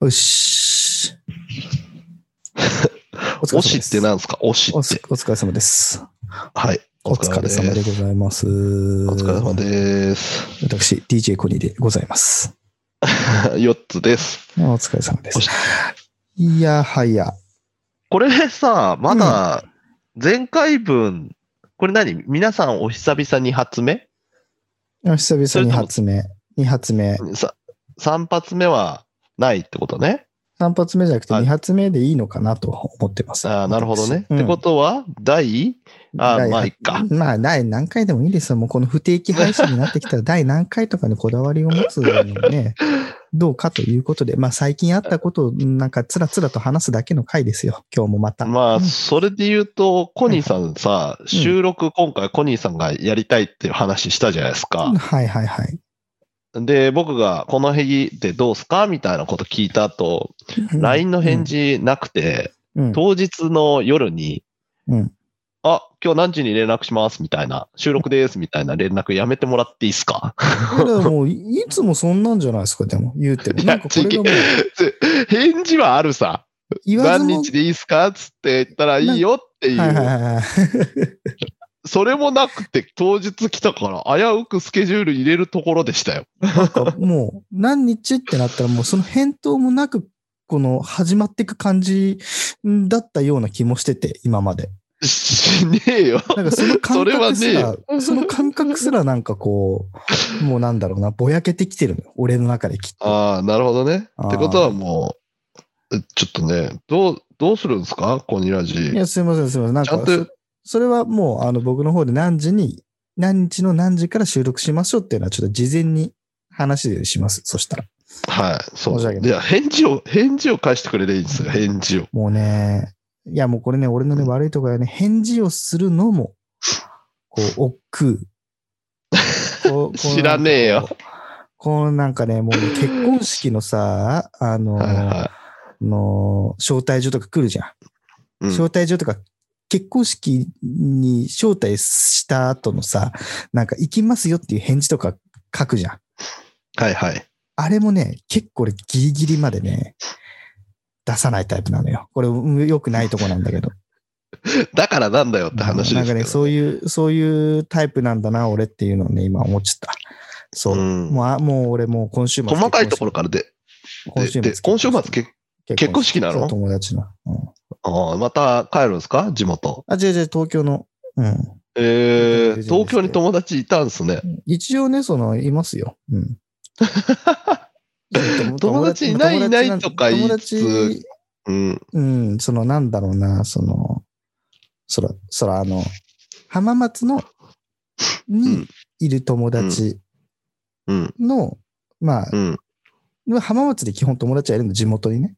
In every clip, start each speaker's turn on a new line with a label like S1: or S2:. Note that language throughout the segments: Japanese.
S1: よ し。お疲れ様
S2: 推
S1: です
S2: しって何ですか推し
S1: お
S2: っ
S1: つ
S2: て。
S1: お疲れ様です。
S2: はい。
S1: お疲れ様でございます。
S2: お
S1: お
S2: 疲れ様です。
S1: 私、DJ コニーでございます。
S2: 4つです。
S1: お疲れ様です
S2: おし。
S1: いやはや。
S2: これさ、まだ前回分、これ何皆さんお久々に発目
S1: 久々に発目。2発目。
S2: さ ?3 発目はないってことね。
S1: 3発目じゃなくて
S2: はい
S1: 2発目でいいのかなとは思ってます。
S2: ああ、なるほどね。
S1: うん
S2: ってことは、第あー
S1: 第
S2: まあいっか
S1: まあ、第何回でもいいですよ。もうこの不定期配信になってき たら、第何回とかにこだわりを持つのもね、どうかということで、まあ、最近あったことを、なんか、つらつらと話すだけの回ですよ。今日もまた。
S2: ま
S1: う
S2: あ、
S1: ん
S2: それで言うと、コニーさんさ、収録今回コニーさんがやりたいっていう話したじゃないですか。
S1: はいはいはい。
S2: で、僕がこの辺でどうすかみたいなこと聞いた後、LINE の返事なくて、
S1: うん、
S2: 当日の夜に、
S1: うん
S2: あ、今日何時に連絡しますみたいな、収録ですみたいな連絡やめてもらっていいですか
S1: いやもういつもそんなんじゃないですか、でも、言うても。
S2: い
S1: な
S2: や
S1: んかこれがもう、
S2: 返事はあるさ。
S1: 言わず
S2: 何
S1: も
S2: 日、でいいですかつって言ったらいいよっていう、
S1: はいはいはいはい。
S2: それもなくて当日来たから危うくスケジュール入れるところでしたよ。
S1: なんかもう、何日ってなったら、もうその返答もなく、この始まっていく感じだったような気もしてて、今まで。
S2: しねえよ。
S1: なんかその感
S2: それは
S1: 覚す
S2: ねえ
S1: ら
S2: よ、
S1: その感覚すらなんかこう、もうなんだろうな、ぼやけてきてるのよ。俺の中できっと。
S2: ああ、なるほどね。
S1: あー
S2: ってことはもう、えちょっとね、どう、どうするんですかコニラジ。
S1: いや、すいません、すいません。なん
S2: ちゃ
S1: か
S2: ん
S1: そ
S2: と、
S1: それはもう、あの、僕の方で何時に、何日の何時から収録しましょうっていうのは、ちょっと事前に話でします。そしたら。
S2: はい、そう。
S1: 申し訳ない
S2: いや、返事を、返事を返してくれでいいんですよ、返事を。
S1: もうね、いやもうこれね、俺のね、悪いところはね、返事をするのも、こう、億劫。こうこう
S2: 知らねえよ。
S1: こうなんかね、もうね結婚式のさ、あの、
S2: はいは
S1: の招待状とか来るじゃん。
S2: い。うん
S1: 招待状とか、結婚式に招待した後のさ、なんか行きますよっていう返事とか書くじゃん。
S2: はいはい。
S1: あれもね、結構俺ギリギリまでね、出さないタイプなのよ。これうん良くないとこなんだけど。
S2: だからなんだよって話
S1: な
S2: で
S1: んか
S2: すけど、
S1: ね、そういう、そういうタイプなんだな、俺っていうのをね、今思っちゃった。そう。
S2: うん
S1: もうあ、もう俺もう今週末。
S2: 細かいところからで、
S1: 今週
S2: で
S1: 末
S2: で今週末け結婚式なの
S1: そう友達の。うん
S2: ああまた帰るんですか地元。
S1: あ、違う違う、東京の。うん。
S2: えー、
S1: 東京
S2: 東京に友達いたんですね。
S1: 一応ね、その、いますよ。 うん。
S2: 友達いないいないとか言いつつ
S1: 友達
S2: うん。
S1: うん、その、なんだろうな、その、そら、そら、あの、浜松の、にいる友達
S2: うん。
S1: の、まあ
S2: う、ん。
S1: 浜松で基本友達はいるの、地元にね。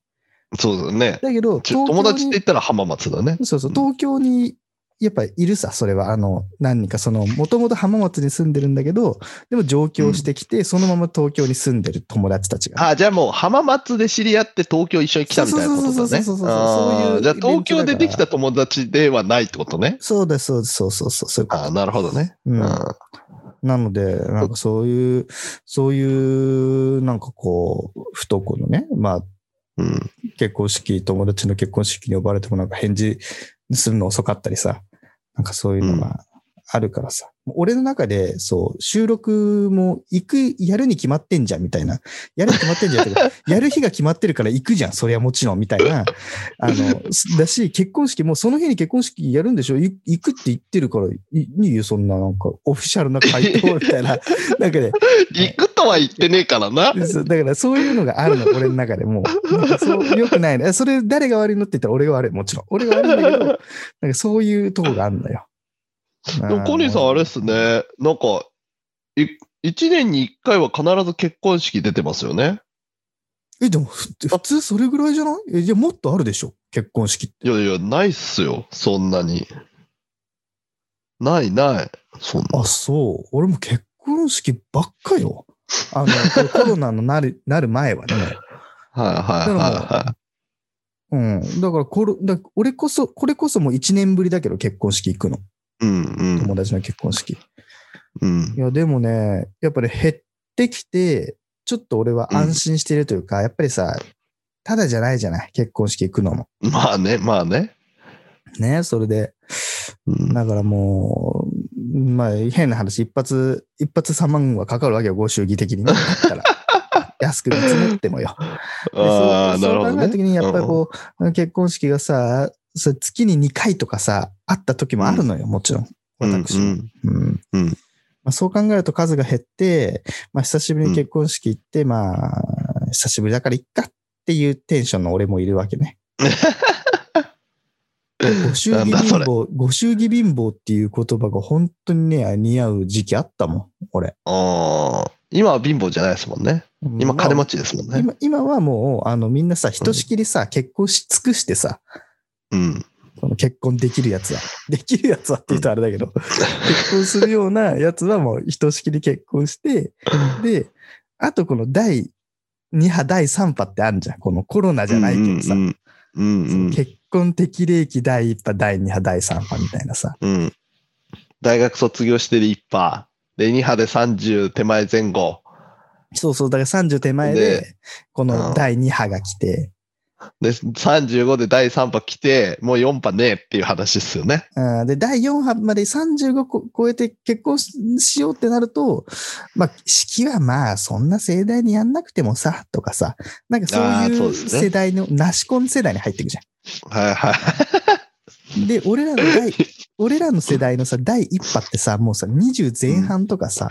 S2: そうだね。
S1: だけど、
S2: ちょ
S1: 東京
S2: 友
S1: に
S2: 達って言ったら浜松だね。
S1: そうそう、
S2: うん
S1: 東京に、やっぱいるさ、それは。あの、何人か、その、もともと浜松に住んでるんだけど、でも上京してきて、そのまま東京に住んでる友達たちが。
S2: ああ、じゃあもう浜松で知り合って東京一緒に来たみたいなこと
S1: そう
S2: だ
S1: そう
S2: ね
S1: そうそうそうそう。そう
S2: あ
S1: いう
S2: あじゃあ東京でできた友達ではないってことね。
S1: そうです、そうです、そうそうそう、そういうこ
S2: ああ、
S1: と。
S2: なるほどね。
S1: う
S2: うんん。
S1: なので、なんかそういう、そういう、なんかこう、不登校のね、まあ、
S2: うん
S1: 結婚式、友達の結婚式に呼ばれてもなんか返事するの遅かったりさ、なんかそういうのがあるからさ。俺の中で、そう、収録も行く、やるに決まってんじゃんみたいな。やるに決まってんじゃん ってことやる日が決まってるから行くじゃん、そりゃもちろんみたいな。あの、すだし、結婚式もその日に結婚式やるんでしょい行くって言ってるから、いいいよ、そんななんかオフィシャルな回答みた いな。なんかね、
S2: 行くとは言ってねえからな。
S1: そうだからそういうのがあ るの、俺の中でもう。なんかそうよくないね。それ誰が悪いのって言ったら俺が悪い、もちろん。俺が悪いんだけど、なんかそういうとこがあるのよ。
S2: でもコニーさんあれっすね、なんか、い1年に1回は必ず結婚式出てますよね。
S1: え、でもふ普通それぐらいじゃないえ、じゃあもっとあるでしょ結婚式って。
S2: いやいや、ないっすよ、そんなに。ないない、そんな
S1: あ、。そう。俺も結婚式ばっかよ。あ の、コロナのなる、なる前はね。
S2: はいはいはいは
S1: うん。だからコロ、だから俺こそ、これこそもう1年ぶりだけど結婚式行くの。
S2: い。うんうん
S1: 友達の結婚式。
S2: うん
S1: い。や、でもね、やっぱり減ってきて、ちょっと俺は安心してるというか、やっぱりさ、ただじゃないじゃない結婚式行くのも。
S2: まあね、まあね。
S1: ね、それで、
S2: うん
S1: だからもう、まあ変な話、一発、一発3万はかかるわけよ、ご祝儀的 にね。だったら安く見積もってもよ。で
S2: ああ、
S1: そう
S2: なるほ
S1: そう
S2: ど
S1: 考え
S2: ね。
S1: た時に、やっぱりこう、結婚式がさ、そう月に2回とかさ、あった時もあるのよ、もちろん。私も。
S2: うん
S1: うん
S2: うん
S1: まあ、そう考えると数が減って、まあ、久しぶりに結婚式行って、まあ、久しぶりだからいっかっていうテンションの俺もいるわけ ね。ご祝儀
S2: なんだそ
S1: 貧
S2: れ
S1: 乏、ご祝儀貧乏っていう言葉が本当にね、似合う時期あったもん、俺。
S2: ああ今は貧乏じゃないですもんね。今金持
S1: ち、
S2: ちですもん
S1: まあ
S2: ね。
S1: 今今はもう、あの、みんなさ、ひとしきりさ、結婚し尽くしてさ、
S2: うん。
S1: この結婚できるやつは。 できるやつはって言うとあれだけど、結婚するようなやつはもうひとしきり結婚して、で、あとこの第2波、第3波ってあるじゃん。このコロナじゃないけどさ
S2: う、んうん
S1: そ
S2: うん
S1: の結婚適齢期第1波、第2波、第3波みたいなさ。
S2: うん。うん。大学卒業して1波。で、2波で30手前前後。
S1: そうそう、だから30手前
S2: で
S1: で、こ
S2: うん
S1: の第2波が来て、
S2: で、35で第3波来て、もう4波ねえっていう話ですよね。
S1: うんで、第4波まで35こ超えて結婚ししようってなると、まあ、式はまあ、そんな盛大にやんなくてもさ、とかさ、なんか
S2: あー
S1: そ
S2: そうう
S1: いう
S2: ですね
S1: 世代の、なし婚世代に入っていくじゃ
S2: はいはい。
S1: ん。で、俺らの 第、俺らの世代のさ、第1波ってさ、もうさ、20前半とかさ、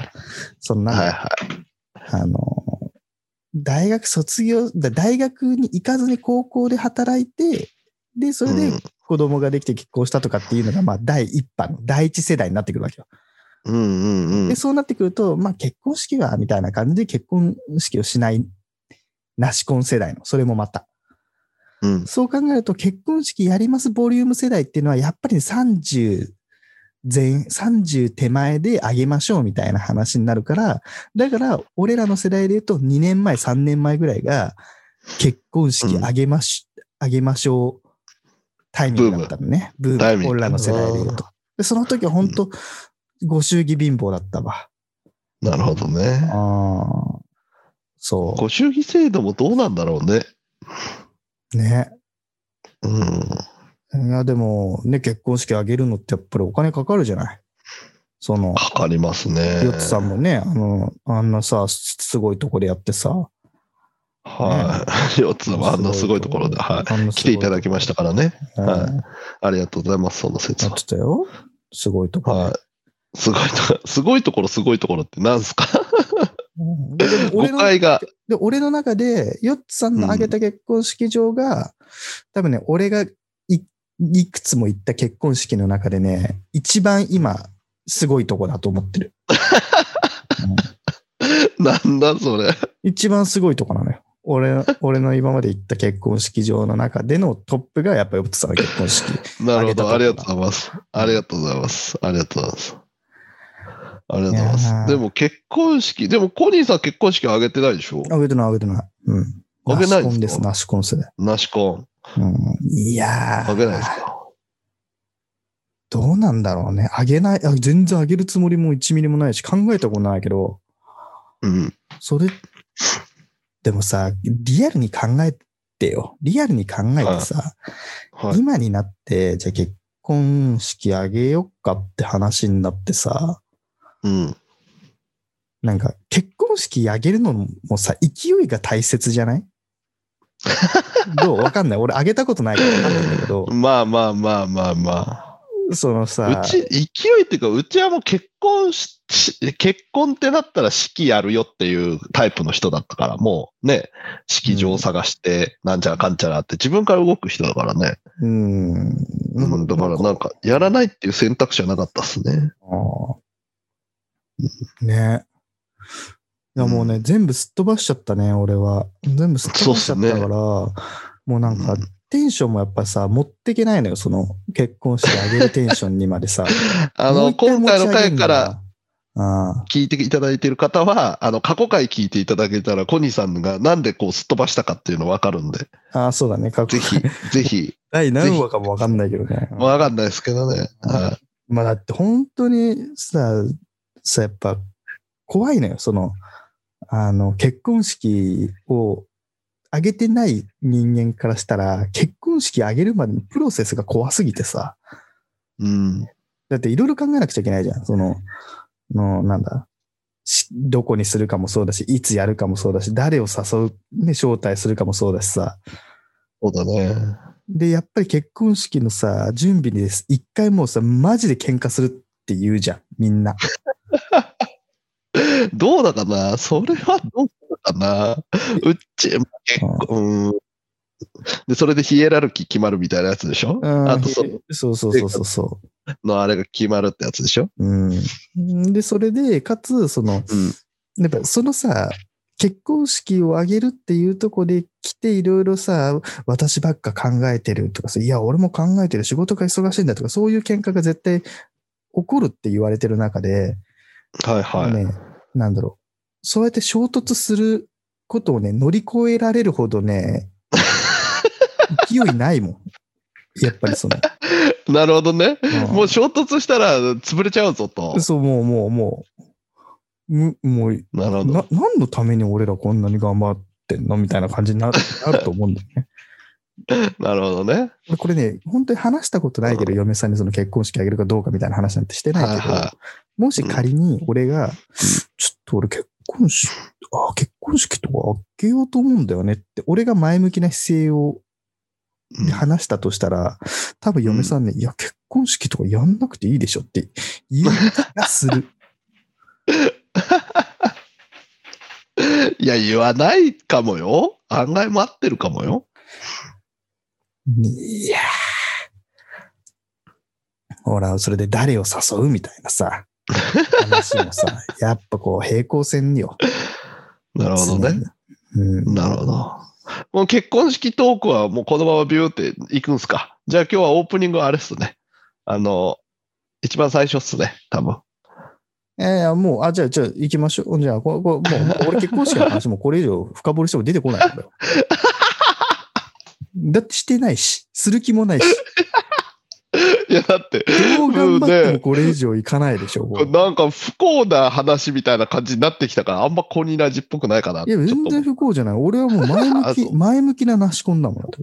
S1: そんな、
S2: はいは
S1: あの、大学卒業、だ大学に行かずに高校で働いて、で、そ
S2: い。
S1: れで
S2: うん
S1: 子供ができて結婚したとかっていうのが、まあ、第1波の、第1世代になってくるわけよ。
S2: うんうんうん
S1: で、。そうなってくると、まあ結婚式は、みたいな感じで結婚式をしない、なし婚世代の、それもまた。
S2: うん
S1: そう考えると、結婚式やりますボリューム世代っていうのは、やっぱり30前、30手前で上げましょうみたいな話になるから、だから、俺らの世代で言うと、2年前、3年前ぐらいが、結婚式上げまし、上げましょうタイミングだったのね。ブーム。
S2: タイミング
S1: 俺らの世代で言うと。で、その時は本当、ご祝儀貧乏だったわ。
S2: なるほどね。
S1: ああ、そ
S2: ご祝儀制度もどうなんだろうね。
S1: う。ね。
S2: うん。
S1: いや、でも、ね、結婚式あげるのってやっぱりお金かかるじゃない。その、
S2: かかりますね。
S1: ヨッツさんもね、あの、あんなさ、すすごいとこでやってさ。
S2: はい。四つはあんなすごいところで、はい。
S1: い
S2: 来ていただきましたからね。
S1: た
S2: はい
S1: うん
S2: ありがとうございます、その説
S1: や
S2: は
S1: っ。てたよ。すごいとこ。
S2: はい。すごいところ、すごいところ、すごいところって何すか
S1: うんででも
S2: 誤
S1: 俺の
S2: 解が。
S1: で俺の中で、ヨッツさんの挙げた結婚式場が、多分ね、俺がいいくつも行った結婚式の中でね、一番今、すごいとこだと思ってる。うん
S2: なんだそれ。
S1: 一番すごいとこなのよ。俺、俺の今まで行った結婚式場の中でのトップがやっぱりヨッツさんの結婚式。
S2: なるほど。あ
S1: あ
S2: り
S1: げ
S2: が
S1: た
S2: と
S1: と
S2: うございます。ありがとうございます。ありがとうございます。ありがとうございま
S1: いや
S2: す。
S1: ー
S2: でも結婚式、でもコニーさん結婚式挙げてないでしょ
S1: あげてない、あげてない。うん。
S2: あげな
S1: ナシ
S2: い
S1: コン
S2: で
S1: ですす、
S2: か
S1: ナシコンスで。
S2: なしコン。
S1: うん。いや
S2: あげないです
S1: ー、
S2: か
S1: どうなんだろうね。あげない、あ全然あげるつもりも1ミリもないし、考えたことないけど、
S2: うん。
S1: それ、でもさ、リアルに考えてよ。リアルに考えてさ、
S2: はい。
S1: 今になって、じゃあ結婚式あげよっかって話になってさ、
S2: うん。
S1: なんか、結婚式あげるのもさ、勢いが大切じゃない どうわかんない。俺、あげたことないからわかんないんだけど、
S2: まあまあまあまあま
S1: その
S2: あ。
S1: さ
S2: う、ち、勢いっていうか、うちはもう結婚し、し結婚ってなったら式やるよっていうタイプの人だったから、もうね、式場を探して、なんちゃらかんちゃらって自分から動く人だからね。
S1: うん。
S2: うん、だからなんか、やらないっていう選択肢はなかったっすね。
S1: あーねいや、もうね、全部すっ飛ばしちゃったね、俺は。全部すっ飛ばしちゃったから、
S2: そうっすね
S1: もうなんか、
S2: うん
S1: テンションもやっぱさ、持ってけないのよ、その、結婚式あげるテンションにまでさ。
S2: あ
S1: もう
S2: の、
S1: 一回
S2: 今
S1: 持ち
S2: 回
S1: 上げる
S2: の回
S1: んだ
S2: から
S1: な。うん。
S2: 聞いていただいている方は、あの、過去回聞いていただけたら、コニーさんがなんでこうすっ飛ばしたかっていうのわかるんで、
S1: ああ、そうだね、過去
S2: ぜ ひ、ぜひ、
S1: 第何話かもわかんないけどね。
S2: わかんないですけどね。は
S1: まあだって本当にさ、さ、やっぱ怖いのよ。その、あの、結婚式をあげてない人間からしたら、結婚式あげるまでのプロセスが怖すぎてさ、
S2: うん。
S1: だっていろいろ考えなくちゃいけないじゃん。その、のなんだ、しどこにするかもそうだし、いつやるかもそうだし、誰を誘う、ね、招待するかもそうだしさ。
S2: そうだね。
S1: で、やっぱり結婚式のさ、準備にです一回もうさ、マジで喧嘩するって言うじゃん、み んな。
S2: どうだかなそれはどうだかなうっち、結構、うん。で、それでヒエラルキー決まるみたいなやつでしょ
S1: うん
S2: あとそ
S1: そうそうそうそうそ
S2: のあれが決まるってやつでしょ
S1: う。うん。で、それで、かつ、その、
S2: うん。
S1: やっぱそのさ、結婚式を挙げるっていうとこで来ていろいろさ、私ばっか考えてるとかさ、いや、俺も考えてる、仕事が忙しいんだとか、そういう喧嘩が絶対起こるって言われてる中で、
S2: はいはい。
S1: ね、なんだろう。そうやって衝突することをね、乗り越えられるほど ね、勢いないもん。やっぱりその。
S2: なるほどね。
S1: うん
S2: もう衝突したら潰れちゃうぞと。
S1: そう、もう、もう、もう、むもう、
S2: なるほど。
S1: な何のために俺らこんなに頑張ってんのみたいな感じに ななると思うんだよね。
S2: なるほどね。
S1: 俺これね、本当に話したことないけど、嫁さんにその結婚式あげるかどうかみたいな話なんてしてないけど、
S2: はいは
S1: もし仮に俺が、ちょっと俺結婚式、あ結婚式とかあげようと思うんだよねって、俺が前向きな姿勢を
S2: うん
S1: で話したとしたら、多分嫁さんね、いや、結婚式とかやんなくていいでしょって言い気がする。
S2: いや、言わないかもよ。案外待ってるかもよ。
S1: いやーほら、それで誰を誘うみたいなさ、話もさ、 やっぱこう平行線よ。
S2: なるほどね。
S1: 常に。うん。
S2: なるほど。もう結婚式トークはもうこのままビューっていくんすか。じゃあ今日はオープニングはあれっすね。あの、一番最初っすね、多分。
S1: ええもう、あ、じゃあ、じゃあ、行きましょう。じゃあ、ここもう、もう俺結婚式の話もこれ以上深掘りしても出てこないんだ よ。だってしてないし、する気もないし、
S2: いや、だって、
S1: どう頑張って
S2: うん
S1: も
S2: ね
S1: これ以上いかないでしょ。これ
S2: なんか不幸な話みたいな感じになってきたから、あんまコニラジっぽくないかなっ
S1: い
S2: て。
S1: や、
S2: ちょっと
S1: 全
S2: 思
S1: 然
S2: う
S1: 不幸じゃない。俺はもう前向
S2: あそ
S1: き、
S2: う
S1: 前向きななし込んだもんだって。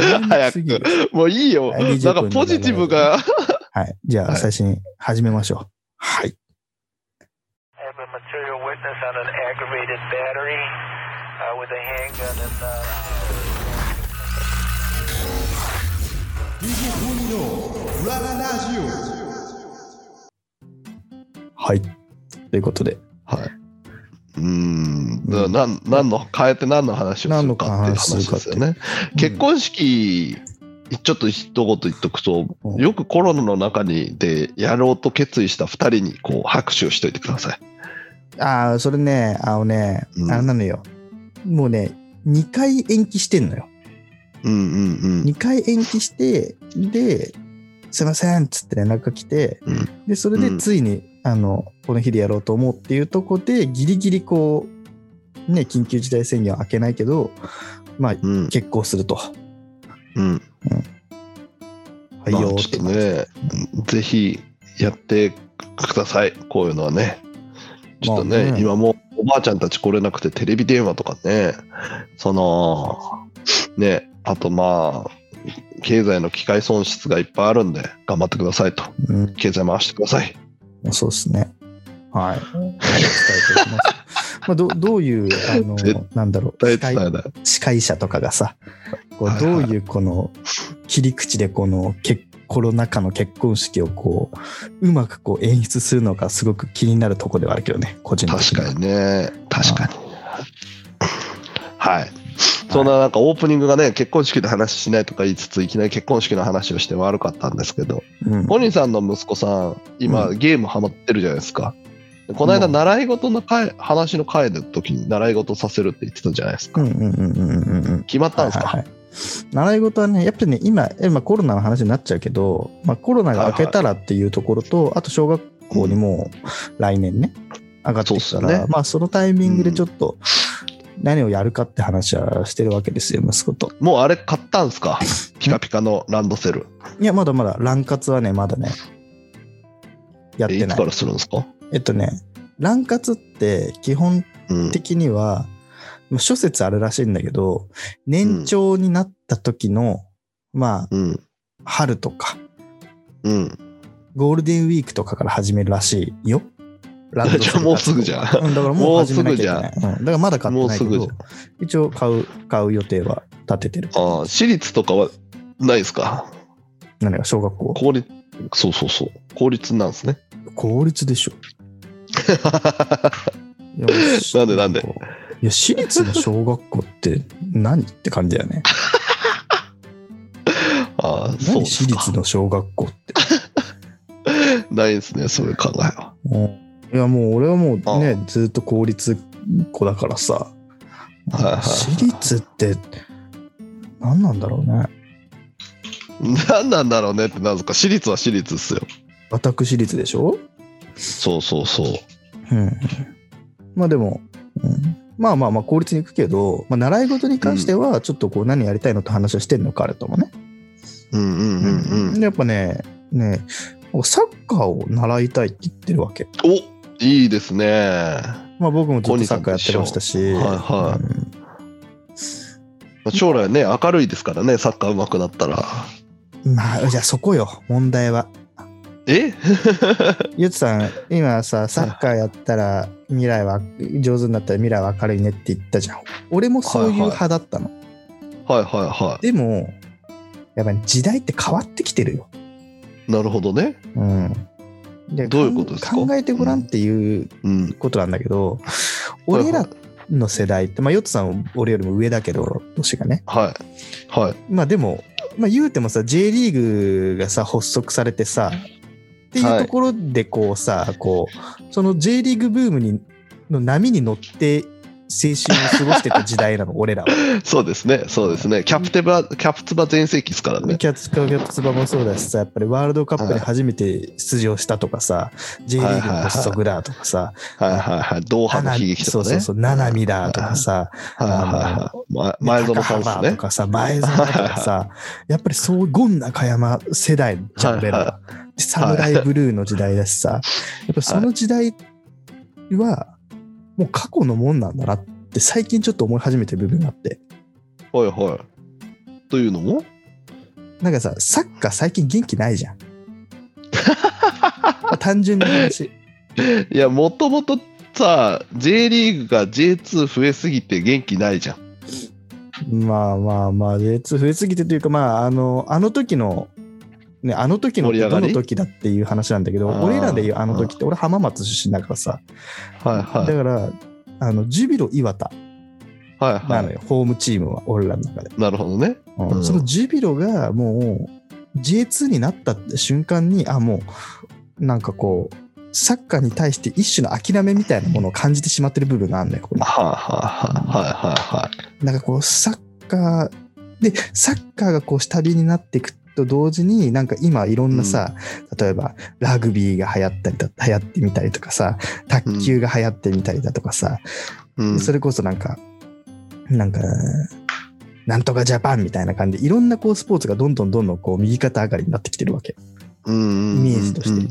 S1: 前向きすぎる
S2: もういいよ。
S1: は
S2: ないん
S1: 20
S2: かポジティブが、
S1: はい。じゃ
S2: は
S1: あ、
S2: い
S1: 最初に始めましょう。はい。
S3: I have a material witness on an aggravated battery uh, with a handgun and. Uh
S1: はい。ということで、
S2: はい。うーん、だからなん、何の、変えて何の話をするかっていう話ですよ
S1: 何
S2: ね。結婚式、ちょっと一言言っとくと、
S1: うん
S2: よくコロナの中にでやろうと決意した2人にこう拍手をしといてください。
S1: ああ、それね、あのね、
S2: うん
S1: あれなのよ。もうね、2回延期してんのよ。
S2: うんうんうん。
S1: 2回延期して、で、すいませんっつって連絡が来て
S2: う、
S1: で、それ
S2: うん
S1: でついに、あの、この日でやろうと思うっていうとこで、ギリギリこう、ね、緊急事態宣言は開けないけど、まあ、
S2: うん
S1: 結婚すると。は
S2: うん。
S1: い
S2: まあ
S1: よーっ
S2: ちょってと
S1: 感じ。
S2: ね、ぜひやってください。こういうのはね。ちょっとね、
S1: まあね
S2: 今もうおばあちゃんたち来れなくてテレビ電話とかね、その、ね、あとまあ、経済の機会損失がいっぱいあるんで、頑張ってくださいと。
S1: うん
S2: 経済回してください。
S1: そうですね。 はい。伝えておきます。まあ、どどういう、あの
S2: 絶、
S1: なんだろう
S2: 伝
S1: 司
S2: え伝
S1: 会、
S2: えない。
S1: 司会者とかがさ、こ
S2: は
S1: う
S2: い
S1: ど
S2: は
S1: う
S2: い
S1: いうこの切り口でこの結コロナ禍の結婚式をこう、うまくこう演出するのか、すごく気になるところではあるけどね、個人的
S2: 確
S1: には。
S2: かにね確かにはいそんななんかオープニングがね結婚式の話しないとか言いつついきなり結婚式の話をして悪かったんですけど
S1: うん
S2: ポニーさんの息子さん今、
S1: う
S2: ゲームハマってるじゃないですかでこの間
S1: うん
S2: 習い事の会話の会の時に習い事させるって言ってたじゃないですか、
S1: うんうんうんうんうんうんうん。
S2: 決まったんですか、
S1: はいはいはい習い事はね、やっぱりね、今、今コロナの話になっちゃうけど、まあ、コロナが明けたらっていうところと、あと小学校にもう来年ね、上がってき
S2: そ
S1: た
S2: うっ
S1: ら、
S2: すよね
S1: まあそのタイミングでちょっと何をやるかって話はしてるわけですよ、息子と。
S2: もうあれ買ったんですかピカピカのランドセル
S1: いや、まだまだ、ラン活はね、まだね、やっ
S2: え
S1: て
S2: い
S1: な
S2: つ
S1: い
S2: か。らするんですか
S1: えっとね、ラン活って基本
S2: うん
S1: 的には、まあ諸説あるらしいんだけど、年長になった時の、まあ、
S2: うん。
S1: 春とか、
S2: うん。
S1: ゴールデンウィークとかから始めるらしいよ。ランドセル
S2: じゃあもうすぐじゃん
S1: うんだからもう始めなきゃいけない。うん、だからまだ買って
S2: もう
S1: ないけ
S2: すぐ
S1: ど
S2: じゃん。、
S1: 一応買う、買う予定は立ててる。
S2: ああ、私立とかはないですか
S1: 何が小学校
S2: 公立、そうそうそう。公立なんですね。
S1: 公立でしょ。いや
S2: なんでなんで
S1: いや、私立の小学校って何って感じだよね。
S2: ああ、そう
S1: 何
S2: で
S1: 私
S2: すか
S1: 立。の小学校って。
S2: ないですね、そういう考えは。
S1: うんいや、もう俺はもう
S2: あ
S1: ね、ずっと公立子だからさ。
S2: はいはいはい
S1: 私立って何なんだろうね。
S2: 何なんだろうねってなんですか私立は私立っすよ。
S1: 私立でしょ
S2: そうそうそう。
S1: うん。まあでも、うんまあまあまあ公立に行くけど、まあ、習い事に関してはちょっとこう何やりたいのって話をしてんの彼ともね。
S2: うんうんうんうん。
S1: でやっぱね、ね、サッカーを習いたいって言ってるわけ。
S2: おいいですね。
S1: まあ僕もずっとサッカーやってましたし。
S2: 小西さんと一緒はいはい
S1: うん
S2: まあ将来ね、明るいですからね、サッカー上手くなったら。
S1: まあ、じゃあそこよ、問題は。
S2: え
S1: ゆつさん、今さ、サッカーやったら未来は、上手になったら未来は明るいねって言ったじゃん。俺もそういう派だったの。
S2: はいはいは
S1: でも、やっぱり時代って変わってきてるよ。
S2: い。なるほどね。
S1: うん。で
S2: どういうことですか
S1: 考えてごらんっていう
S2: うん。
S1: ことなんだけど、
S2: うん
S1: 俺らの世代って、まあ、ヨットさんは俺よりも上だけど、年がね。
S2: はい。はい。
S1: まあでも、まあ、言うてもさ J リーグがさ発足されてさっていうところでこうさ、こうその J リーグブームにの波に乗って青春を過ごしてた時代なの 俺らは。
S2: そうですね、そうですね。キャプテバ、キャプツバ全盛期ですからね。
S1: キャツカキャプツバもそうだしさやっぱりワールドカップに初めて出場したとかさ、J リーグの発足だとかさ、
S2: はいはいはい。ドーハの悲劇
S1: そ
S2: と
S1: う
S2: か
S1: そ
S2: ね。
S1: うそう、ナナミだとかさ、
S2: はいはいはい。ま前園さんです
S1: 高浜
S2: ね
S1: と。かさ、前園とか さ、やっぱりそう、ゴン中山世代じゃん、
S2: は
S1: 俺
S2: いはい
S1: らは。でサムライブルーの時代だしさ、やっぱその時代は、もう過去のもんなんだなって、最近ちょっと思い始めてる部分があって。
S2: はいはい。というのも
S1: なんかさ、サッカー最近元気ないじゃん。まあ単純な話。
S2: いや、もともとさ、J リーグが J2 増えすぎて元気ないじゃん。
S1: まあまあまあ、J2 増えすぎてというか、まあ、あの、あの時の、ね、あの時のっ
S2: 盛り
S1: て
S2: 上が
S1: ど
S2: り
S1: の時だっていう話なんだけど、
S2: あー
S1: 俺らで言うあの時って、俺浜松出身だからさ、
S2: はいはい
S1: だ。から、あの、ジュビロ磐田
S2: はい
S1: な
S2: は
S1: のよ、ホームチームは、俺らの中で。
S2: い。なるほどね。
S1: うん
S2: うん
S1: そのジュビロがもう J2 になったって瞬間に、あ、もう、なんかこう、サッカーに対して一種の諦めみたいなものを感じてしまってる部分があるんだよ、ここに
S2: はいはいはいはいはい。
S1: なんかこう、サッカー、で、サッカーがこう、下火になっていくと同時に、なんか今いろんなさ、例えばラグビーが流行ったりだ、流行ってみたりとかさ、卓球が流行ってみたりだとかさ、
S2: うん、
S1: それこそなんか、なんか、なんとかジャパンみたいな感じで、いろんなこうスポーツがどんどんどんどんこう右肩上がりになってきてるわけ。
S2: イメ
S1: イメージとして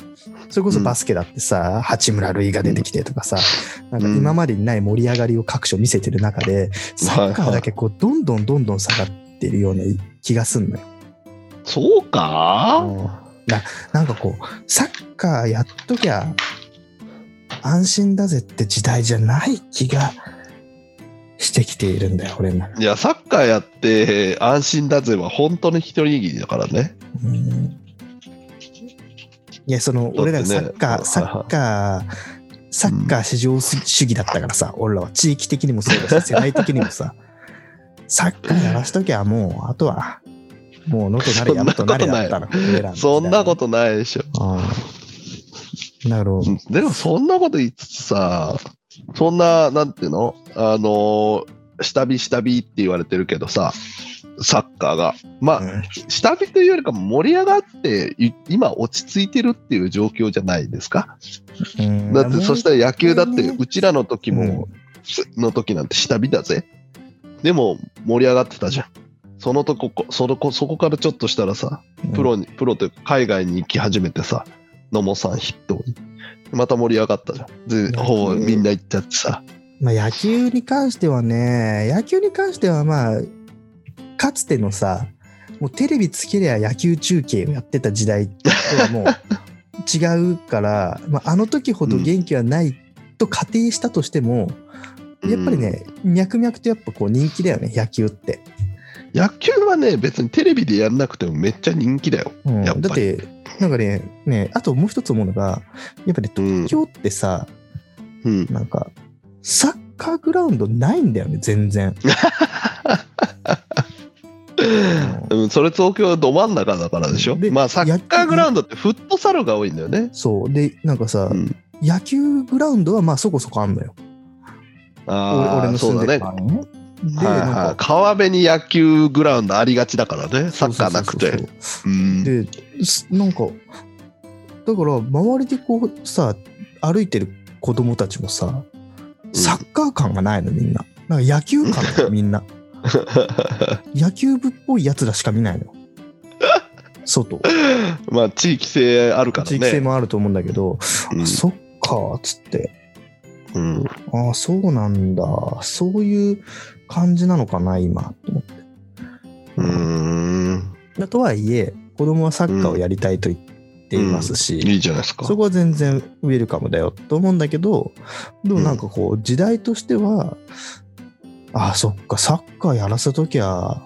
S1: それこそバスケだってさ、八村塁が出てきてとかさ、なんか今までにない盛り上がりを各所見せてる中で、サッカーだけこう、どんどんどんどん下がってるような気がすんのよ。
S2: そうか
S1: ななんかこう、サッカーやっときゃ安心だぜって時代じゃない気がしてきているんだよ、俺も。
S2: いや、サッカーやって安心だぜは本当に一握りだからね。
S1: うんいや、その、俺らがサッカー、
S2: だってね
S1: サッカー、サッカー市場主義だったからさ、俺らは地域的にもそうだ し、世代的にもさ、サッカーやらしときゃもう、あとは、もう、のとなれ、やるとなれだったの、俺らの時代
S2: そんなことないでしょ。
S1: うんなるほど。
S2: でもそんなこと言いつつさ、そんな、なんていうのあのー、下火下火って言われてるけどさ、サッカーが。まあ、
S1: うん
S2: 下火というよりかも盛り上がって、い今落ち着いてるっていう状況じゃないですか。
S1: うん
S2: だって、そしたら野球だって、うちらの時
S1: うん
S2: も、の時なんて下火だぜ。でも盛り上がってたじゃん。そのとこ、そのこ、そこからちょっとしたらさ、プロに、プロというか海外に行き始めてさ、野茂さん筆頭に。また盛り上がったじゃん。で、
S1: 野球
S2: ほぼみんな行っちゃってさ。
S1: まあ、野球に関してはね、野球に関してはまあ、かつてのさ、もうテレビつけりゃ野球中継をやってた時代とは もう違うから、まあ、あの時ほど元気はないと仮定したとしても、やっぱりね、脈々とやっぱこう人気だよね、野球って。
S2: うん、野球はね、別にテレビでやんなくてもめっちゃ人気だよ。
S1: うん、
S2: やっぱり
S1: だって、なんかねね、あともう一つ思うのが、やっぱね、
S2: うん
S1: 東京ってさ、
S2: うん。
S1: なんか、サッカーグラウンドないんだよね、全然。
S2: うん、それ東京はど真ん中だからでしょ。
S1: で
S2: まあサッカーグラウンドってフットサルが多いんだよね。
S1: そう。で、なんかさ、
S2: うん、
S1: 野球グラウンドはまあそこそこあんのよ。
S2: あ
S1: 俺
S2: あ、
S1: の住
S2: そ
S1: ん
S2: う
S1: で
S2: だ
S1: る
S2: ね。
S1: 場合ね。で、
S2: はい
S1: なん
S2: はい
S1: か、
S2: 川辺に野球グラウンドありがちだからね、サッカーなく
S1: そうそうそ
S2: て。
S1: う
S2: う
S1: そうんですなんか、だから周りでこうさ、歩いてる子供たちもさ、サッカー感がないのみんな。なんか野球感 だよみんな。野球部っぽいやつらしか見ない のよ。外。
S2: まあ地域性あるからね。
S1: 地域性もあると思うんだけど、
S2: うん
S1: あそっかっつって。
S2: うん
S1: ああ、そうなんだ。そういう感じなのかな、今。と思って
S2: うーん。
S1: だとはいえ、子供はサッカーをやりたいと言っていますし、
S2: いいじゃないですか。
S1: そこは全然ウェルカムだよと思うんだけど、でもなんかこう、時代としては、ああ、そっか、サッカーやらせときゃ、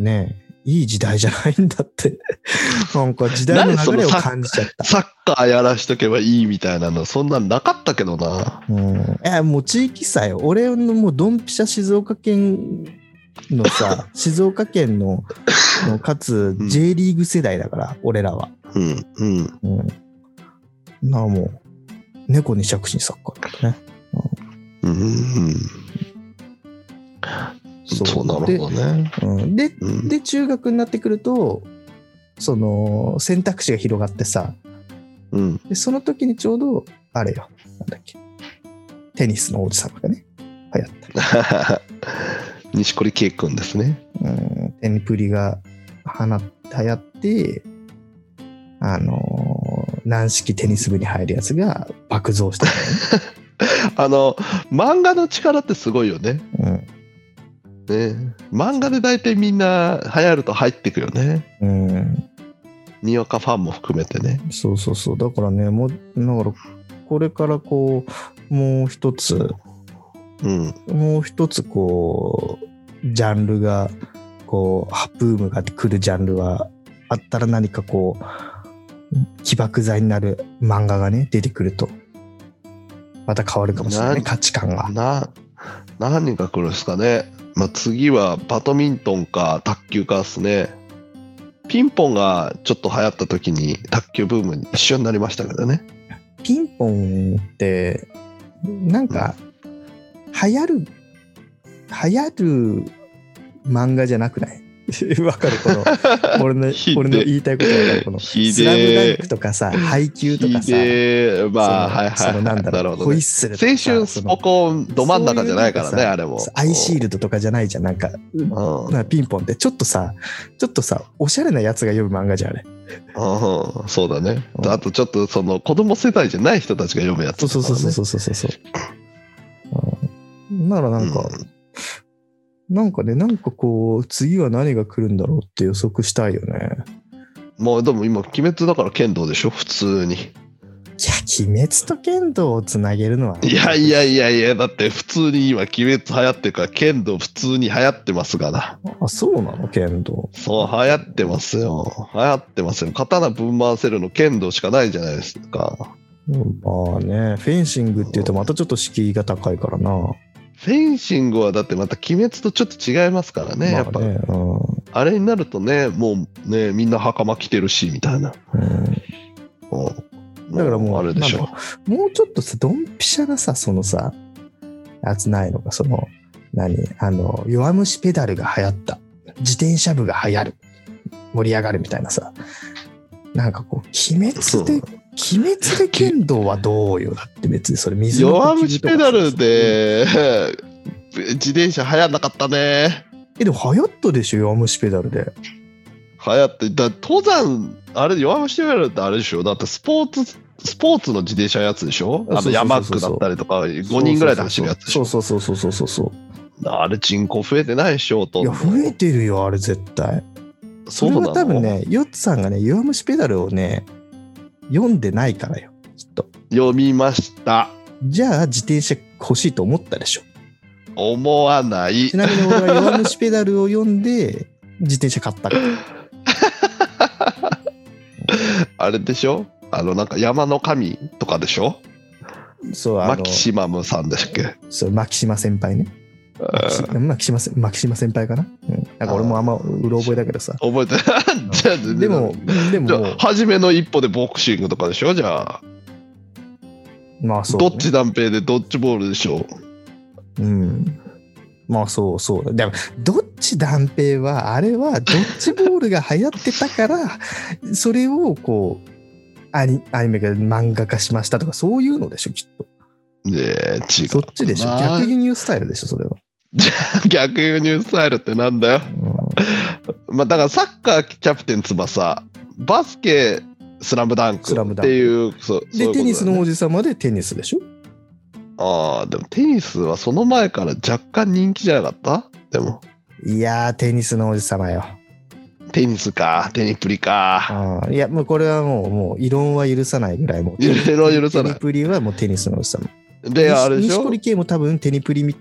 S1: ねえ、いい時代じゃないんだって、 なんか時代の流れを感じちゃった。
S2: サッカーやらしとけばいいみたいなの、そんなんなかったけどな。
S1: うん、いやもう地域差よ俺のもうドンピシャ静岡県のさ静岡県ののかつ
S2: うん
S1: J リーグ世代だから、俺らは、
S2: うん、うん。
S1: うん、なあもう猫に着信サッカーだったね
S2: うん。そうなるほどね。
S1: ど、でうん、で
S2: うん
S1: で中学になってくるとその選択肢が広がってさ
S2: うん。
S1: でその時にちょうどあれよなんだっけテニスの王子様がね流行った
S2: 錦織圭君ですね。
S1: うん、テニプリが放流行って、あのー軟式テニス部に入るやつが爆増した
S2: あの、漫画の力ってすごいよね。
S1: のよね、
S2: ね漫画で大体みんな流行ると入ってくよね。
S1: うん。うん。
S2: にわかファンも含めてね。
S1: そうそうそう。だからね、もう、だから、これからこう、もう一つ、
S2: うん。
S1: もう一つこう、ジャンルが、こう、ハブームが来るジャンルは、あったら何かこう、起爆剤になる漫画がね、出てくると、また変わるかもしれないね、
S2: 何
S1: 価値観が。
S2: な、何が来るんですかね。まあ、次はバドミントンか卓球かですね。ピンポンがちょっと流行った時に卓球ブームに一緒になりましたけどね。
S1: ピンポンって、なんか、流行る、流行る漫画じゃなくない わかるこの、俺の
S2: ひ、で
S1: 俺の言いたいことわかるこの、
S2: ひ
S1: スラムダン
S2: で
S1: クとかさ、配
S2: ひ
S1: 給とかさ、
S2: でま
S1: その
S2: あ、はいはいはい。
S1: そのなんだろう、ホイッ
S2: ね。
S1: スルとか
S2: 青
S1: さ
S2: 春
S1: そ
S2: ス
S1: の
S2: ポコンど真ん中じゃないから
S1: そう
S2: ね、
S1: いうな
S2: あれも。
S1: アイシールドとかじゃないじゃん、なんか、
S2: うん。うん
S1: なんかピンポンってちょっとさ、ちょっとさ、おしゃれなやつが読む漫画じゃん、あれ。
S2: そうだね
S1: う。ん
S2: あとちょっとその子供世代じゃない人たちが読むやつ
S1: そ
S2: だ
S1: う
S2: から
S1: そう
S2: ね。
S1: そうそうそうそうそう。うんならなんか、なんかね、なんかこう、次は何が来るんだろうって予測したいよね。いや、
S2: まあでも今、鬼滅だから剣道でしょ、普通に。
S1: 鬼滅と剣道をつなげるのは、
S2: いやいやいやいや、だって普通に今、鬼滅流行ってるから、剣道普通に流行ってますから。
S1: あ、そうなの剣道。
S2: そう、流行ってますよ。流行ってますよ。刀ぶん回せるの剣道しかないじゃないですか。
S1: うんまあね、フェンシングっていうとまたちょっと敷居が高いからな。
S2: フェンシングはだってまた鬼滅とちょっと違いますからね。やっぱ、
S1: まあねうん
S2: あれになるとね、もうね、みんな袴着てるし、みたいな。
S1: うん
S2: うん
S1: だからもう
S2: あれでしょ。
S1: もうちょっとさ、ドンピシャなさ、そのさ、やつないのか、その、何あの、弱虫ペダルが流行った。自転車部が流行る。盛り上がるみたいなさ。なんかこう、鬼滅で、鬼滅で剣道はどうよ。だって別にそれ水の呼
S2: 弱
S1: 吸
S2: 虫
S1: とか
S2: ペダル。で、 自転車流行んなかったね。
S1: え、でも流行ったでしょ、弱虫ペダルで。
S2: 流行ってだ登山あれ弱虫ペダルってあれでしょだってスポーツスポーツの自転車やつでしょあ
S1: そうそうそうそ
S2: の
S1: う
S2: ヤマックだったりとか、5人ぐらいで走るやつでし
S1: そ
S2: ょ
S1: うそうそうそうそうそうそう。
S2: あれ人口増えてないでしょ、と。
S1: いや、増えてるよ、あれ絶対。それは多分ね、ヨッツさんがね、弱虫ペダルをね、読んでないからよ、きっと。
S2: 読みました。
S1: じゃあ、自転車欲しいと思ったでしょ。
S2: 思わない
S1: ち。なみに俺は弱虫ペダルを読んで、自転車買ったから。
S2: あれでしょあの、なんか山の神とかでしょ
S1: そう、あ
S2: マ
S1: の
S2: キ、シマムさんでしたっけ
S1: そうマキシマ先輩ね。マキシマキシママキシマ先輩かな。うん。なんか俺もあんまうろ覚えだけどさ。
S2: 覚えてない。 じゃあ全然
S1: でも、で
S2: じゃあ
S1: も、
S2: 初めの一歩でボクシングとかでしょじゃあ、
S1: まあそう、
S2: どっち断平でドッジボールでしょ
S1: うん。まあそうそう。でも、どっち断平は、あれはドッジボールが流行ってたから、 それをこう、アニアニメが漫画化しましたとか、そういうのでしょ、きっと。
S2: ねえ、違う。
S1: そっちでしょ。逆輸入スタイルでしょ、それは。
S2: 逆輸入スタイルってなんだよ。
S1: うん
S2: まあ、だからサッカーキャプテン翼、バスケ、スラムダンク
S1: スラム
S2: っ
S1: ダンク
S2: ていう、そうそういう
S1: で、
S2: ことだよね
S1: テニスの王子様でテニスでしょ。
S2: ああ、でもテニスはその前から若干人気じゃなかったでも、
S1: いやー、テニスの王子様よ。
S2: テニスか、テニプリか。
S1: うんいや、もうこれはもう、もう異論は許さないぐらい、もう。
S2: いろいろ許さな
S1: テニプリはもうテニスの王子様。
S2: い。で、あれでし
S1: 錦
S2: ょ
S1: 織圭も多分テニプリ見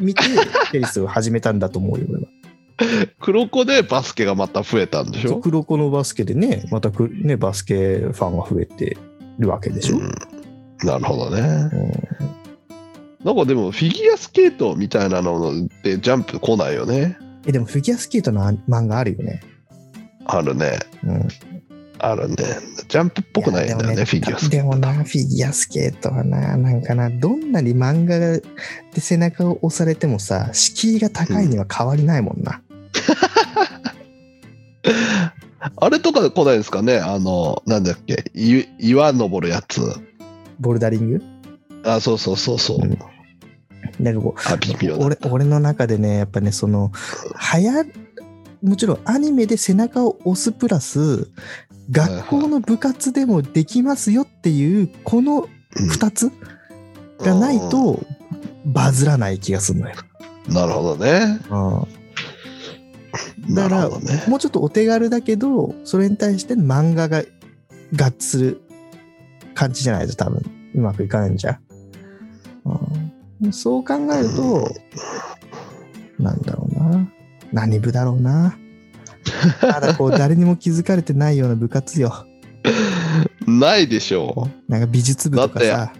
S1: 見て、テニスを始めたんだと思うよ、俺は。
S2: 黒子でバスケがまた増えたんでし
S1: そう
S2: ょ
S1: 黒子のバスケでね、またくね、バスケファンが増えてるわけでしょ。
S2: うんなるほどね。
S1: うん
S2: なんかでもフィギュアスケートみたいなのでジャンプ来ないよね。
S1: えでもフィギュアスケートのあ漫画あるよね。
S2: あるね。
S1: うん、
S2: あるね。ジャンプっぽくないんだよ
S1: い
S2: ね、
S1: や
S2: フィギュアスケー
S1: でもな、フィギュアスケートはな、なんかな、どんなに漫画で背中を押されてもさ、敷居が高いには変わりないもんな。
S2: ト。あれとか来ないですかねあの、なんだっけ、い岩登るやつ。
S1: ボルダリング
S2: あ、そうそうそうそう。
S1: うんなんかこう、
S2: あ、微妙だ。
S1: 俺俺の中でねやっぱねそのはやもちろんアニメで背中を押すプラス学校の部活でもできますよっていうこの
S2: うん
S1: 2つがないとバズらない気がするのよ。
S2: なるほどね。
S1: だか
S2: なる
S1: ら
S2: ほどね。
S1: もうちょっとお手軽だけどそれに対して漫画が合致する感じじゃないと多分うまくいかないんじゃん。うんそう考えると、なんだろうな。何部だろうな。まだこう、誰にも気づかれてないような部活よ。
S2: ないでしょう。
S1: なんか美術部とか
S2: だ
S1: さ。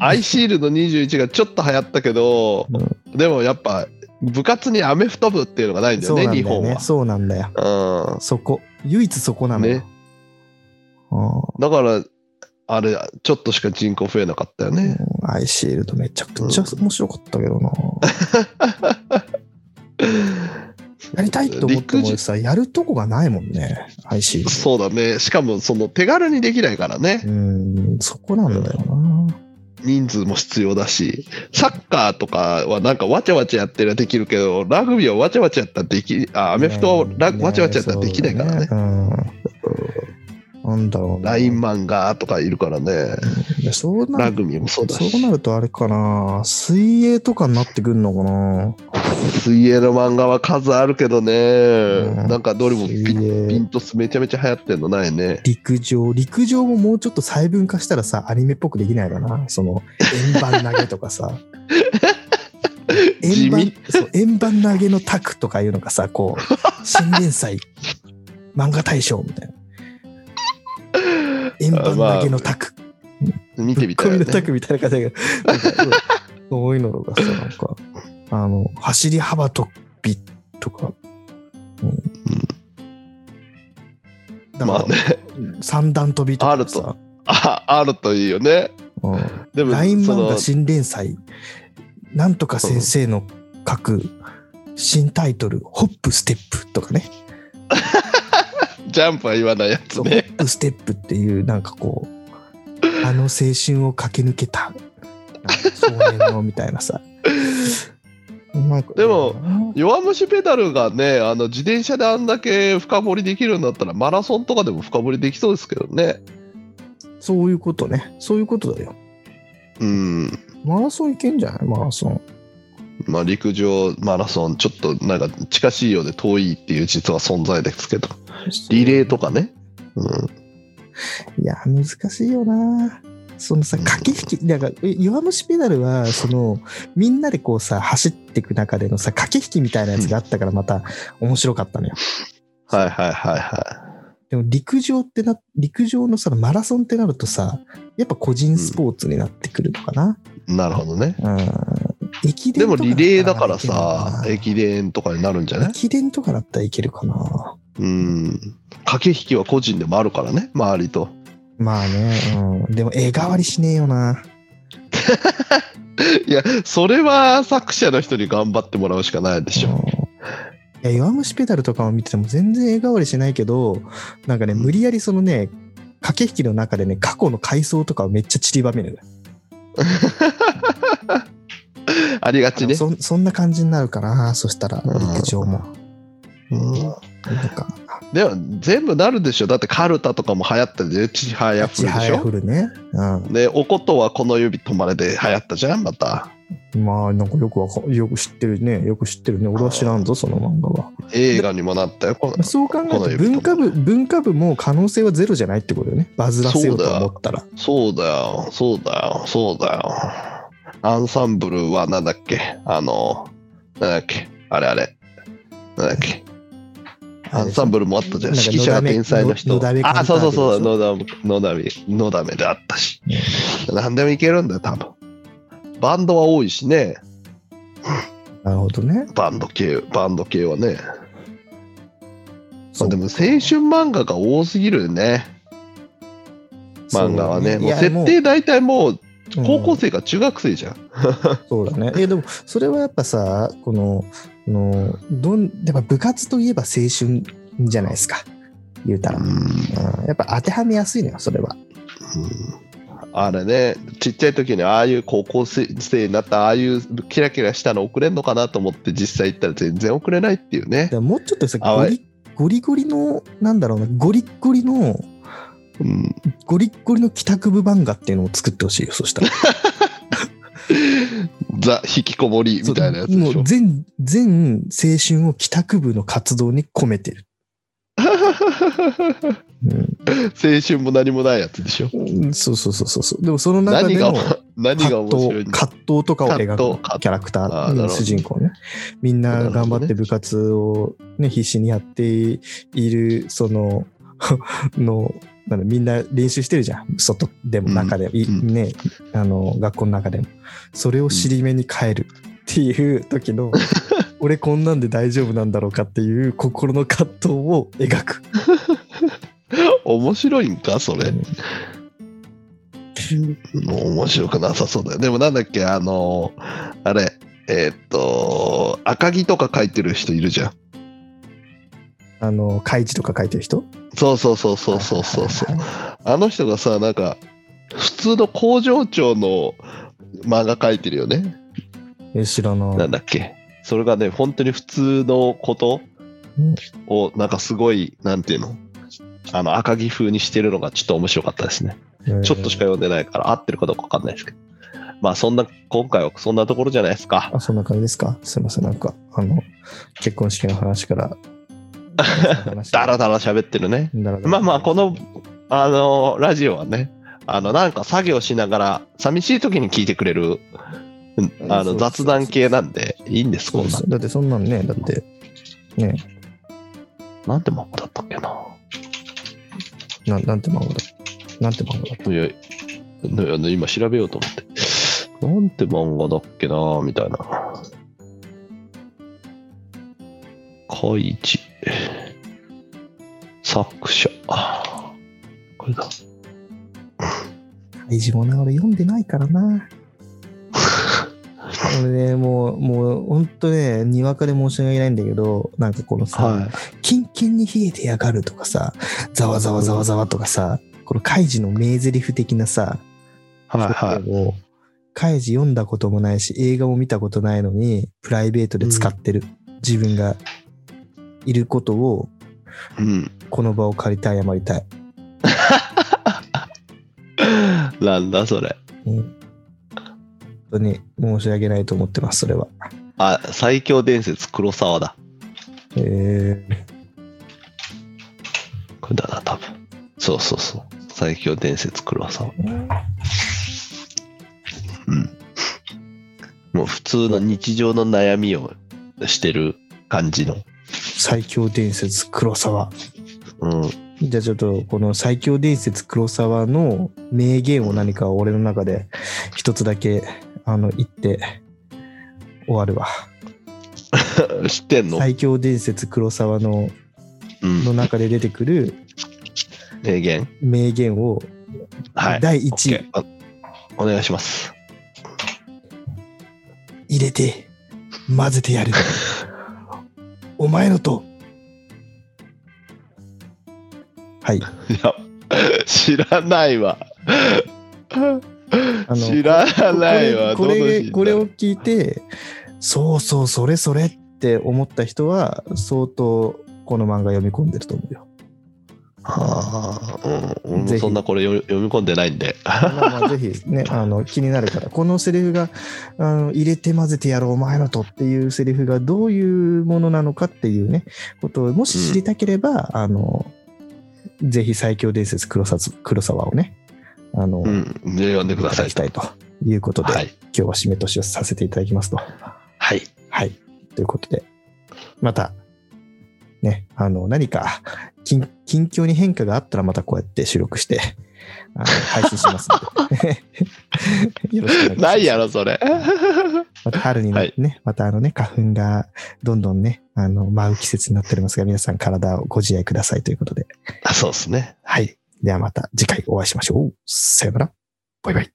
S2: アイシールド21がちょっと流行ったけど、でもやっぱ部活にアメフト部っていうのがないんだ
S1: そ
S2: よ
S1: う
S2: ね、
S1: なんだ
S2: 日
S1: よ
S2: 本
S1: ね
S2: は。。
S1: そうなんだよ。
S2: うん。
S1: そこ。唯一そこなのよ。
S2: ね
S1: うん
S2: だから、あれ、ちょっとしか人口増えなかったよね。
S1: うんアイシールドめちゃくちゃ面白かったけどな。やりたいと思っても
S2: 陸
S1: さ、やるとこがないもんね。アイシー
S2: 上そうだね。しかも、その手軽にできないからね。
S1: ルド。うん、そこなんだよな。
S2: 人数も必要だし、サッカーとかはなんかわちゃわちゃやってりゃできるけど、ラグビーはわちゃわちゃやったらでき、あ、アメフトはラ、
S1: ね
S2: わちゃわちゃやったらできないからね。
S1: そうだうん。なんだろうな。
S2: ラインマンがとかいるからね。
S1: いやそうな
S2: ラ
S1: る
S2: グビーもそうだし。
S1: そうなるとあれかな。水泳とかになってくんのかな。
S2: 水泳の漫画は数あるけどね、
S1: ん
S2: なんかどれもピ
S1: 水
S2: ン
S1: 泳
S2: ピンとすめちゃめちゃ流行ってんのないね。
S1: 陸上。陸上ももうちょっと細分化したらさ、アニメっぽくできないかな。その、円盤投げとか さ。円盤
S2: 地、
S1: そう、円盤投げのタクとかいうのがさ、こう、新連 載、漫画大賞みたいな。円盤投げのタク。
S2: 見てみた
S1: コ
S2: い、
S1: ミ
S2: ね
S1: の。タクみたいな感じだけど、なんかうんそういうのがさ、なんか、あの、走り幅跳びとか、うん。だか
S2: まあ
S1: ら、
S2: ね、
S1: 三段跳びとかさ、
S2: ああるといいよね。
S1: うん
S2: でも、
S1: ラインマンが
S2: そ
S1: 新連載、なんとか先生の書く新タイトル、ホップステップとかね、
S2: のジャンプは言わないやつ
S1: ホ
S2: ね。
S1: ップステップっていう、なんかこう、あの青春を駆け抜けた、なんか少年のみたいなさ。なんか
S2: でも、弱虫ペダルがね、あの自転車であんだけ深掘りできるんだったら、マラソンとかでも深掘りできそうですけどね。
S1: そういうことね。そういうことだよ。
S2: うん。
S1: マラソンいけんじゃないマラソン。
S2: まあ、陸上、マラソン、ちょっとなんか近しいようで遠いっていう実は存在ですけど、リレーとかね。うん。
S1: いや、難しいよな。そのさ、
S2: うん
S1: 駆け引き、だから、え弱虫ペダルは、その、みんなでこうさ、走っていく中でのさ、駆け引きみたいなやつがあったから、また面白かったのよ。
S2: はいはいはいは
S1: でも、陸上ってな、陸上のさ、マラソンってなるとさ、やっぱ個人スポーツになってくるのかな。
S2: い。なるほどね。
S1: うん。駅
S2: で
S1: 伝
S2: も
S1: とかだったら
S2: リレーだからさ、
S1: いけ
S2: 駅伝とかになるんじゃ
S1: るのかな
S2: ない
S1: 駅伝とかだったらいけるかな。
S2: うん。駆け引きは個人でもあるからね、周りと。
S1: まあね、うん。でも、絵代わりしねえよな。
S2: いや、それは作者の人に頑張ってもらうしかないでしょ。
S1: いや弱虫ペダルとかを見てても全然絵代わりしないけどなんかね無理やりそのね駆け引きの中でね過去の回想とかをめっちゃ散りばめるのよ
S2: ありがちね。
S1: そんそんな感じになるかなそしたら陸上も
S2: うん
S1: なんか
S2: でも全部なるでしょ。だってカルタとかも流行ったで、ちはやふ
S1: ち
S2: るで
S1: は
S2: し
S1: やふ
S2: ょ。
S1: るね、う
S2: で、おことはこの指止まれで流行ったじゃん、また。
S1: ん、まあなんかよくわかよく知ってるねよく知ってるね俺は知らんぞその漫画は
S2: 映画にもなったよ。この
S1: そう考え
S2: この
S1: ると
S2: 指
S1: 文化部文化部も可能性はゼロじゃないってことよねバズらせようと思ったら
S2: そうだよ、そうだよ、そうだよ。アンサンブルはなんだっけあの、なんだっけあれあれ。なんだっけアンサンブルもあったじゃん。
S1: なんか
S2: 指揮者が天才の人。
S1: のだめのだめ
S2: あ、そうそうそう。
S1: カ
S2: のだめ、のだめ、のだめであったし。何でもいけるんだよ、多分。バンドは多いしね。
S1: なるほどね
S2: バンド系、バンド系はね。ま
S1: そ
S2: あ
S1: う
S2: でも青春漫画が多すぎるね。漫画はね。もう設定大体もう高校
S1: 生
S2: 生か中学生じゃん。
S1: そうだね。え、でも、それはやっぱさ、この、あのどん、やっぱ部活といえば青春じゃないですか。言うたら。うん
S2: うん
S1: やっぱ当てはめやすいのよ、それは。
S2: あれね、ちっちゃい時にああいう高校生になった、ああいうキラキラしたの送れんのかなと思って実際行ったら全然送れないっていうね
S1: だか。らもうちょっとさ、
S2: あ
S1: ゴリゴリゴリの、なんだろうな、ゴリッゴリの、
S2: うん、
S1: ゴリッゴリの帰宅部漫画っていうのを作ってほしいよ、そしたら。
S2: ザ・引きこもり みたいなやつで
S1: も
S2: しょ
S1: う。全、全青春を帰宅部の活動に込めて る。うん
S2: 青春も何もないやつでしょ。
S1: うん、そうそうそうそうそう。でもその中
S2: 何
S1: で
S2: が
S1: の、
S2: 何が
S1: 葛
S2: 面白
S1: 藤
S2: いんだ
S1: 葛藤とかを描
S2: 葛藤
S1: くキャラクタ
S2: あーなる
S1: ー、
S2: ほど
S1: 主人公ね。みん
S2: な
S1: な
S2: るほどね
S1: 頑張って部活を、ね、必死にやっている、その、 の、なんだみんな練習してるじゃん。外でも
S2: うん
S1: 中でも、い
S2: うん
S1: ね、あの、学校の中でも。それを尻目に変えるっていう時 の、俺こんなんで大丈夫なんだろうかっていう心の葛藤を描 く。
S2: 面白いんか、それ。もう面白くなさそうだよ。でもなんだっけ、あのーあれ、えーっと、赤木とか書いてる人いるじゃん。
S1: あの、開示とか書いてる人
S2: そうそうそうそうそうそうそう。あの人がさ、なんか、普通の工場長の漫画描いてるよね。
S1: え、知らな
S2: ないん。だっけ。それがね、本当に普通のこと
S1: うん
S2: を、なんかすごい、なんていうのあの、赤木風にしてるのがちょっと面白かったですね。ちょっとしか
S1: えー
S2: 読んでないから、合ってるかどうかわかんないですけど。まあ、そんな、今回はそんなところじゃないですか。
S1: あ、そんな感じですかすいません、なんか、あの、結婚式の話から。
S2: だらだら喋ってるね。
S1: だらだら
S2: まあまあ、この、あの、ラジオはね、あの、なんか作業しながら、寂しい時に聞いてくれる、うんあ
S1: そうそうそう
S2: の、雑談系なんで、いいんです、
S1: そ
S2: こ
S1: うんで
S2: な
S1: す。だってそんなんね、だって、ね、
S2: なんて漫画だったっけな。
S1: ななんて漫画だ。なんて漫画だ。
S2: いや、いや今調べようと思って。なんて漫画だっけな、みたいな。カイジ。作者。これだ。
S1: 愛人もな、俺読んでないからな。俺ね、もう、もう、ほんとね、にわかで申し訳ないんだけど、なんかこのさ、キンキンに冷えてやがるとかさ、ざわざわざわざわとかさ、このカイジの名台詞的なさ、
S2: はいはい。
S1: もうカイジ読んだこともないし、映画も見たことないのに、プライベートで使ってる、自分がいることを、
S2: うん。
S1: この場を借りたい、謝りたい。
S2: なんだそれ。
S1: うん本当に申し訳ないと思ってます、それは。
S2: あ、最強伝説黒沢だ。
S1: えー、
S2: これだな、多分。そうそうそう。最強伝説黒沢。うん。もう普通の日常の悩みをしてる感じの。
S1: 最強伝説黒沢。
S2: うん。
S1: じゃあちょっとこの最強伝説黒沢の名言を何か俺の中で一つだけあの言って終わるわ。
S2: 知ってんの、
S1: 最強伝説黒沢の
S2: うん
S1: の。中で出てくる
S2: 名言。
S1: 名言を
S2: はい。
S1: 第1
S2: OK あお願いします。
S1: 位入れて混ぜて やる。お前のと。はい。
S2: いや、知らないわ。
S1: あの
S2: 知らないわ。
S1: これこ
S2: どの
S1: れ
S2: 人だ
S1: これを聞いてそうそうそれそれって思った人は相当この漫画読み込んでると思うよ。
S2: ああ、うん、俺
S1: ぜ
S2: も
S1: ひ
S2: そんなこれ読み読み込んでない んで。
S1: まあまあぜひねあの気になるからこのセリフがあの入れて混ぜてやろうお前のとっていうセリフがどういうものなのかっていうねことをもし知りたければ、あのぜひ最強伝説黒沢黒沢をねあの、
S2: うん、で読んでくだ
S1: いた
S2: さ
S1: だ
S2: い
S1: き。たいということで、
S2: はい。
S1: 今日は締めとしをさせていただきますと。
S2: はい。
S1: はい。ということで、また、ね、あの、何か、近近況に変化があったら、またこうやって収録して、あの配信しますの で。よろしくお願いします。
S2: ないやろ、それ。
S1: また春になってね、またあのね、花粉がどんどんね、あの、舞う季節になっておりますが、皆さん体をご自愛くださいということで。
S2: あそうですね。
S1: はい。ではまた次回お会いしましょう。さよなら。バイバイ。